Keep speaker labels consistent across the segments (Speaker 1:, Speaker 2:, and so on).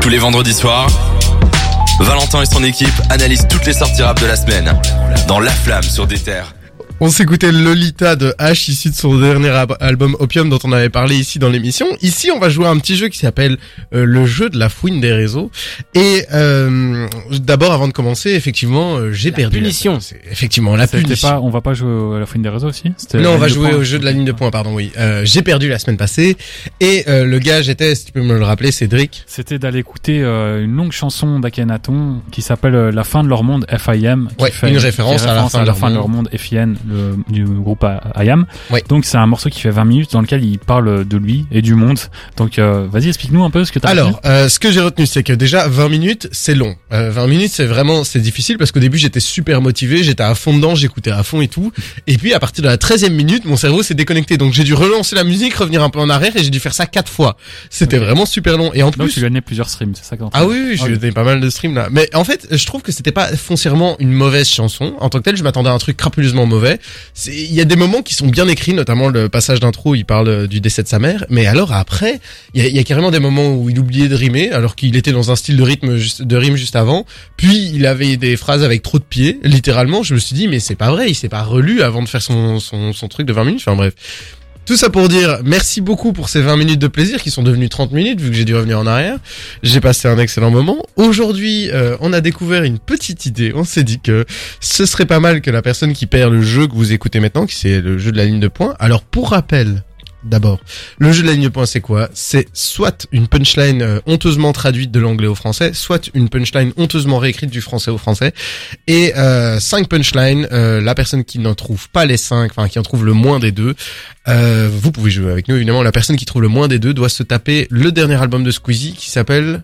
Speaker 1: Tous les vendredis soirs, Valentin et son équipe analysent toutes les sorties rap de la semaine dans La Flamme sur des terres.
Speaker 2: On s'écoutait Lolita de H issu de son dernier ab- album Opium dont on avait parlé ici dans l'émission. Ici, on va jouer à un petit jeu qui s'appelle euh, le jeu de la fouine des réseaux. Et euh, d'abord, avant de commencer, effectivement, euh, j'ai
Speaker 3: La
Speaker 2: perdu.
Speaker 3: punition.
Speaker 2: c'est Effectivement, la
Speaker 4: C'était
Speaker 2: punition.
Speaker 4: pas, on va pas jouer à la fouine des réseaux aussi
Speaker 3: euh,
Speaker 4: C'était
Speaker 2: Non,
Speaker 4: la
Speaker 2: on va
Speaker 4: ligne de
Speaker 2: jouer
Speaker 4: points.
Speaker 2: au jeu de la ligne de points, pardon, oui. Euh, j'ai perdu la semaine passée. Et euh, le gage était, si tu peux me le rappeler, Cédric.
Speaker 4: C'était d'aller écouter euh, une longue chanson d'Akhenaton qui s'appelle euh, La fin de leur monde FIM. qui
Speaker 2: Ouais,
Speaker 4: fait-
Speaker 2: une
Speaker 4: qui
Speaker 2: référence
Speaker 4: fait
Speaker 2: à la fin de leur
Speaker 4: de leur monde FIN le- du groupe I- IAM.
Speaker 2: Ouais.
Speaker 4: Donc c'est un morceau qui fait 20 minutes dans lequel il parle de lui et du monde. Donc euh, vas-y, explique-nous un peu ce que t'as
Speaker 2: Alors, euh, ce que j'ai retenu, c'est que déjà 20 minutes, c'est long. Euh, 20 minutes, c'est vraiment, c'est difficile parce qu'au début, j'étais super motivé, j'étais à fond dedans, j'écoutais à fond et tout. Et puis, à partir de la 13e minute, mon cerveau s'est déconnecté, donc j'ai dû relancer la musique, revenir un peu en arrière, et j'ai dû faire ça quatre fois. C'était vraiment super long. Et en
Speaker 4: Donc
Speaker 2: plus,
Speaker 4: tu lui as donné plusieurs streams, c'est ça que t'es en train
Speaker 2: ah
Speaker 4: de-
Speaker 2: oui, oui,
Speaker 4: Ah
Speaker 2: j'ai donné pas mal de streams là. Mais en fait, je trouve que c'était pas foncièrement une mauvaise chanson. En tant que telle, je m'attendais à un truc crapuleusement mauvais. C'est- Il y a des moments qui sont bien écrits, notamment le passage d'intro où il parle euh, du décès de sa mère. Mais alors après, il y a, il y a carrément des moments où il oubliait de rimer, alors qu'il était dans un style de rythme juste- de rime juste avant. Puis il avait des phrases avec trop de pieds. Littéralement, je me suis dit mais c'est pas vrai, il s'est pas relu avant de faire son son, son truc de 20 minutes. Enfin bref. Tout ça pour dire merci beaucoup pour ces 20 minutes de plaisir qui sont devenues 30 minutes vu que j'ai dû revenir en arrière. J'ai passé un excellent moment. Aujourd'hui, euh, on a découvert une petite idée. On s'est dit que ce serait pas mal que la personne qui perd le jeu que vous écoutez maintenant, qui c'est le jeu de la ligne de points. Alors pour rappel, d'abord, le jeu de la ligne de points c'est quoi C'est soit une punchline euh, honteusement traduite de l'anglais au français, soit une punchline honteusement réécrite du français au français. Et euh, 5 punchlines, euh, la personne qui n'en trouve pas les 5, enfin qui en trouve le moins des deux, euh, vous pouvez jouer avec nous évidemment. La personne qui trouve le moins des deux doit se taper le dernier album de Squeezie qui s'appelle...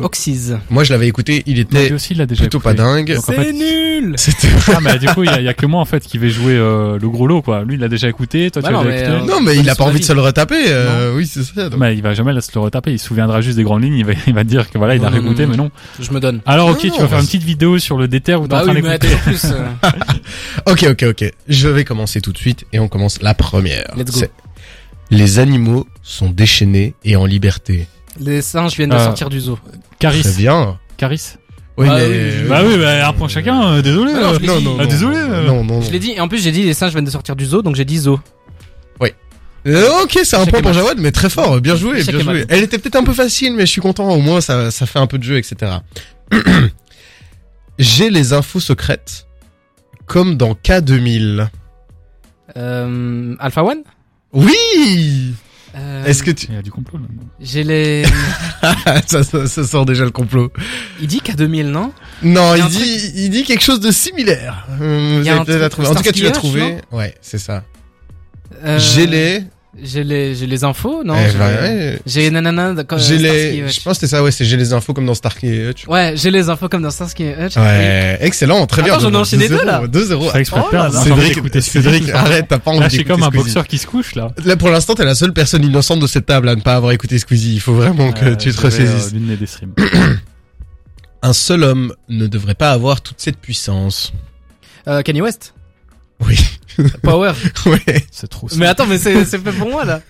Speaker 3: Oxys.
Speaker 2: Moi, je l'avais écouté, il
Speaker 4: Non, lui
Speaker 2: était
Speaker 4: aussi il l'a déjà
Speaker 2: plutôt pas
Speaker 4: écouté.
Speaker 2: dingue.
Speaker 4: Donc, en fait-
Speaker 3: nul
Speaker 2: C'était
Speaker 4: Ah mais du coup il y, a- il y a que moi en fait qui vais jouer euh, le gros lot quoi. Lui il l'a déjà écouté, toi
Speaker 3: Bah
Speaker 4: tu l'as
Speaker 3: non,
Speaker 4: déjà
Speaker 3: mais,
Speaker 4: écouté.
Speaker 3: euh,
Speaker 2: Non, mais il a pas
Speaker 3: Son
Speaker 2: envie de
Speaker 3: avis.
Speaker 2: se le retaper. euh, oui, c'est ça. donc.
Speaker 4: Mais il va jamais là, se le retaper, il se souviendra juste des grandes lignes, il va, il va dire que voilà, il a
Speaker 3: Non, non,
Speaker 4: réécouté,
Speaker 3: non.
Speaker 4: mais non.
Speaker 3: Je me donne.
Speaker 4: Alors ok,
Speaker 2: Non,
Speaker 4: tu vas faire
Speaker 2: vas-y.
Speaker 4: une petite vidéo sur le déter où t'es en
Speaker 3: Bah
Speaker 4: train
Speaker 3: oui, mais
Speaker 4: d'écouter.
Speaker 3: attends, plus. euh,
Speaker 2: Ok, ok, ok. Je vais commencer tout de suite et on commence la première.
Speaker 3: Let's go.
Speaker 2: C'est- Les animaux sont déchaînés et en liberté.
Speaker 3: les singes viennent de
Speaker 4: Euh,
Speaker 3: sortir du zoo.
Speaker 2: Très
Speaker 4: Caris,
Speaker 2: bien.
Speaker 4: Caris.
Speaker 2: Oui,
Speaker 3: Bah
Speaker 2: mais- euh,
Speaker 3: oui, je-
Speaker 4: Bah oui, bah un point chacun, euh, désolé.
Speaker 3: Ah non,
Speaker 4: euh.
Speaker 3: je l'ai dit.
Speaker 4: Ah, désolé, euh.
Speaker 2: Non, non, non.
Speaker 3: Je l'ai dit, et en plus j'ai dit les singes viennent de sortir du zoo, donc j'ai dit zoo.
Speaker 2: Euh, ok, c'est un
Speaker 3: Échec
Speaker 2: point
Speaker 3: et
Speaker 2: pour
Speaker 3: mat.
Speaker 2: Jawad, mais très fort. Bien joué,
Speaker 3: Échec
Speaker 2: bien
Speaker 3: et mat.
Speaker 2: joué. Elle était peut-être un peu facile, mais je suis content. Au moins, ça, ça fait un peu de jeu, etc. J'ai les infos secrètes, comme dans K2000.
Speaker 3: Euh, Alpha One
Speaker 2: Oui!
Speaker 3: Euh,
Speaker 2: Est-ce que tu... Ah,
Speaker 4: Il y a du complot là.
Speaker 3: J'ai les...
Speaker 2: ça, ça, ça sort déjà le complot.
Speaker 3: Il dit K2000, non
Speaker 2: Non,
Speaker 3: Il y a
Speaker 2: il
Speaker 3: un
Speaker 2: dit, il dit quelque chose de similaire. Euh,
Speaker 3: Il
Speaker 2: Vous
Speaker 3: y a
Speaker 2: avez
Speaker 3: un
Speaker 2: peut-être la
Speaker 3: truc-
Speaker 2: trouvé. En tout cas, tu l'as
Speaker 3: Starsky Hutch,
Speaker 2: trouvé. Ouais, c'est ça.
Speaker 3: Euh,
Speaker 2: J'ai les.
Speaker 3: J'ai les, j'ai les infos, non
Speaker 2: eh
Speaker 3: J'ai-
Speaker 2: ben, ouais.
Speaker 3: J'ai nanana, d'accord.
Speaker 2: J'ai
Speaker 3: euh,
Speaker 2: les.
Speaker 3: Starsky
Speaker 2: Je
Speaker 3: Hutch.
Speaker 2: pense que c'est ça. Ouais, c'est j'ai les infos comme dans Stark et Hutch.
Speaker 3: Ouais, j'ai les infos comme dans Starsky Hutch.
Speaker 2: Ouais, excellent, très bien.
Speaker 3: Attends, j'en ai enchaîné deux, là. Oh
Speaker 2: 2 euros.
Speaker 4: Je fais exprès de perdre, hein, j'ai envie d'écouter
Speaker 2: Cédric, Cédric,
Speaker 4: Squeezie.
Speaker 2: arrête, t'as pas envie
Speaker 4: Là, c'est
Speaker 2: d'écouter
Speaker 4: comme un
Speaker 2: Squeezie.
Speaker 4: boxeur qui se couche là.
Speaker 2: Là, pour l'instant, t'es la seule personne innocente de cette table à ne pas avoir écouté Squeezie. Il faut vraiment que
Speaker 4: Euh,
Speaker 2: tu te
Speaker 4: je vais, euh,
Speaker 2: ressaisisses.
Speaker 4: l'une des streams.
Speaker 2: Un seul homme ne devrait pas avoir toute cette puissance.
Speaker 3: Euh, Kanye West
Speaker 2: Oui.
Speaker 3: Power.
Speaker 2: Ouais.
Speaker 4: C'est trop.
Speaker 3: mais attends, mais c'est c'est fait pour moi là.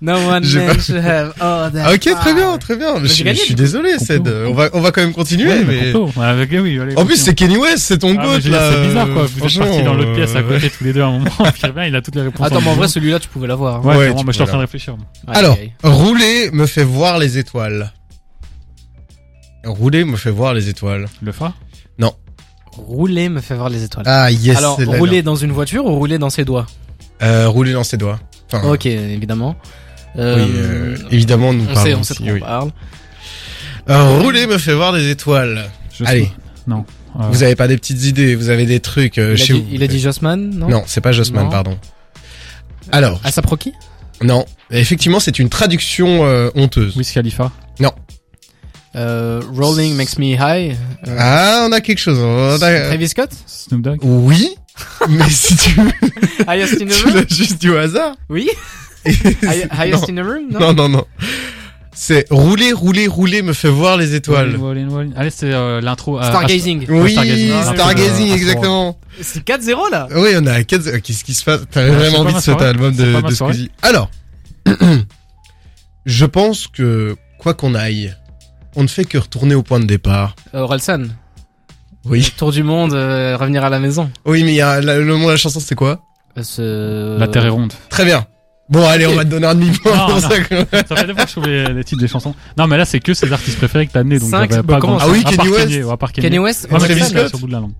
Speaker 3: No one
Speaker 2: J'ai
Speaker 3: man should have all that
Speaker 2: Ah, Ok, très
Speaker 3: power.
Speaker 2: bien, très bien. Je,
Speaker 3: j'ai
Speaker 2: suis-
Speaker 3: gagné,
Speaker 2: je suis
Speaker 3: du coup.
Speaker 2: désolé, Ced.
Speaker 4: Complot.
Speaker 2: On va, on va quand même continuer,
Speaker 4: Ouais,
Speaker 2: mais-
Speaker 4: mais complot. Ouais, avec- oui, allez,
Speaker 2: En plus,
Speaker 4: continue.
Speaker 2: c'est Kenny West, c'est ton
Speaker 4: Ah,
Speaker 2: goat,
Speaker 4: mais je veux dire,
Speaker 2: là. euh,
Speaker 4: c'est bizarre quoi. Vous êtes
Speaker 2: Franchement,
Speaker 4: parti dans l'autre pièce à
Speaker 2: euh,
Speaker 4: côté tous les deux à un moment. Puis reviens, il a toutes les réponses.
Speaker 3: Attends, mais en
Speaker 4: vidéo.
Speaker 3: vrai, celui-là, tu pouvais l'avoir. hein.
Speaker 4: Ouais,
Speaker 2: Ouais,
Speaker 4: clairement,
Speaker 2: tu
Speaker 4: mais je suis en
Speaker 2: peux
Speaker 4: train de réfléchir. moi.
Speaker 3: Ouais,
Speaker 2: Alors,
Speaker 3: ok.
Speaker 2: rouler me fait voir les étoiles. Rouler me fait voir les étoiles.
Speaker 4: Le fa
Speaker 3: rouler me fait voir les étoiles.
Speaker 2: Ah, yes.
Speaker 3: Alors,
Speaker 2: c'est la-
Speaker 3: rouler dans une voiture ou rouler dans ses doigts
Speaker 2: Euh, rouler dans ses doigts. Enfin,
Speaker 3: Ok, évidemment.
Speaker 2: Ah. oui, euh, évidemment, nous
Speaker 3: on
Speaker 2: parlons
Speaker 3: sait, on sait de
Speaker 2: ici,
Speaker 3: quoi on
Speaker 2: oui.
Speaker 3: parle.
Speaker 2: Euh, rouler me fait voir les étoiles.
Speaker 4: Je
Speaker 2: Allez.
Speaker 4: sais. Non. Euh,
Speaker 2: Vous avez pas des petites idées, vous avez des trucs euh,
Speaker 3: Il a,
Speaker 2: chez
Speaker 3: dit,
Speaker 2: vous.
Speaker 3: il a dit Jossman, non Ah,
Speaker 2: Non, c'est pas Jossman,
Speaker 3: Non.
Speaker 2: pardon. Alors,
Speaker 3: Asap Rocky
Speaker 2: non. Effectivement, c'est une traduction euh, honteuse.
Speaker 4: Wiz Khalifa.
Speaker 3: euh, Rolling makes me high. Euh,
Speaker 2: Ah, on a quelque chose. on a-
Speaker 3: Travis Scott
Speaker 4: Snoop Dogg.
Speaker 2: Oui, mais si tu
Speaker 3: Highest in the
Speaker 2: Tu
Speaker 3: room
Speaker 2: l'as juste dit au hasard.
Speaker 3: Oui
Speaker 2: Et-
Speaker 3: Hi- Highest in the room
Speaker 2: non,
Speaker 3: Non,
Speaker 2: non, non, non. C'est rouler, rouler, rouler me fait voir les étoiles.
Speaker 4: Wallin, Wallin. Allez, c'est euh, l'intro. euh,
Speaker 3: Stargazing.
Speaker 2: Oui,
Speaker 4: Stargazing.
Speaker 2: Stargazing,
Speaker 4: Ah,
Speaker 2: exactement.
Speaker 3: C'est 4-0 là
Speaker 2: Oui, on a quatre- Qu'est-ce qui se passe T'as
Speaker 4: c'est
Speaker 2: vraiment
Speaker 4: Ah, pas
Speaker 2: envie
Speaker 4: ma
Speaker 2: de cet
Speaker 4: soirée.
Speaker 2: album
Speaker 4: C'est
Speaker 2: de,
Speaker 4: pas ma
Speaker 2: de
Speaker 4: soirée.
Speaker 2: Squeezie. Alors, je pense que quoi qu'on aille, on ne fait que retourner au point de départ.
Speaker 3: Orelsan.
Speaker 2: Oui.
Speaker 3: Euh, Tour du monde, euh, revenir à la maison.
Speaker 2: Oui, mais il y a, la- le mot de la chanson, c'était quoi
Speaker 3: Euh, ce-
Speaker 4: La Terre est ronde.
Speaker 2: Très bien. Bon, allez, on va te donner un demi-point
Speaker 4: Non,
Speaker 2: pour
Speaker 4: non.
Speaker 2: ça, quoi.
Speaker 4: Ça fait des fois que je trouve les, les titres des chansons. Non, mais là, c'est que ses artistes préférés que t'as amené, donc
Speaker 3: Cinq,
Speaker 4: j'avais
Speaker 3: bah,
Speaker 4: pas
Speaker 3: comment
Speaker 4: grand
Speaker 2: ça Ah oui, Kanye West.
Speaker 4: À part Kanye.
Speaker 3: Kanye West,
Speaker 4: Ouais, mais
Speaker 2: Travis
Speaker 4: Travis
Speaker 2: Scott.
Speaker 4: sur le bout de la langue.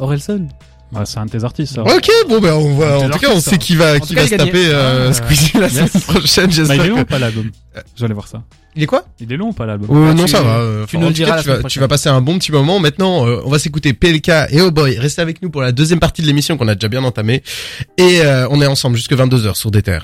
Speaker 3: Orelsan.
Speaker 4: Bah, c'est un de tes artistes, ça.
Speaker 2: Ok, bon, ben, on va,
Speaker 4: On
Speaker 2: en
Speaker 4: peut
Speaker 2: tout cas, on
Speaker 4: leur
Speaker 2: sait
Speaker 4: faire
Speaker 2: qui va, qui
Speaker 3: tout cas,
Speaker 2: va
Speaker 3: il
Speaker 2: se
Speaker 3: a gagné.
Speaker 2: taper, euh,
Speaker 4: Ah,
Speaker 2: Squeezie la semaine
Speaker 4: yes.
Speaker 2: prochaine,
Speaker 4: Bah, il est
Speaker 2: j'espère.
Speaker 4: long
Speaker 2: que-
Speaker 4: ou pas l'album Je vais aller voir ça.
Speaker 2: Il est quoi
Speaker 4: Il est long ou pas l'album
Speaker 2: Euh,
Speaker 3: Ah,
Speaker 2: non,
Speaker 3: tu-
Speaker 2: ça va. euh,
Speaker 3: tu
Speaker 2: enfin,
Speaker 3: nous
Speaker 2: en
Speaker 3: le
Speaker 2: tout
Speaker 3: diras
Speaker 2: cas,
Speaker 3: la
Speaker 2: tu, vas,
Speaker 3: semaine
Speaker 2: tu vas passer un bon petit moment. Maintenant, euh, on va s'écouter PLK et Oh Boy. Restez avec nous pour la deuxième partie de l'émission qu'on a déjà bien entamée. Et euh, on est ensemble jusque 22h sur des terres.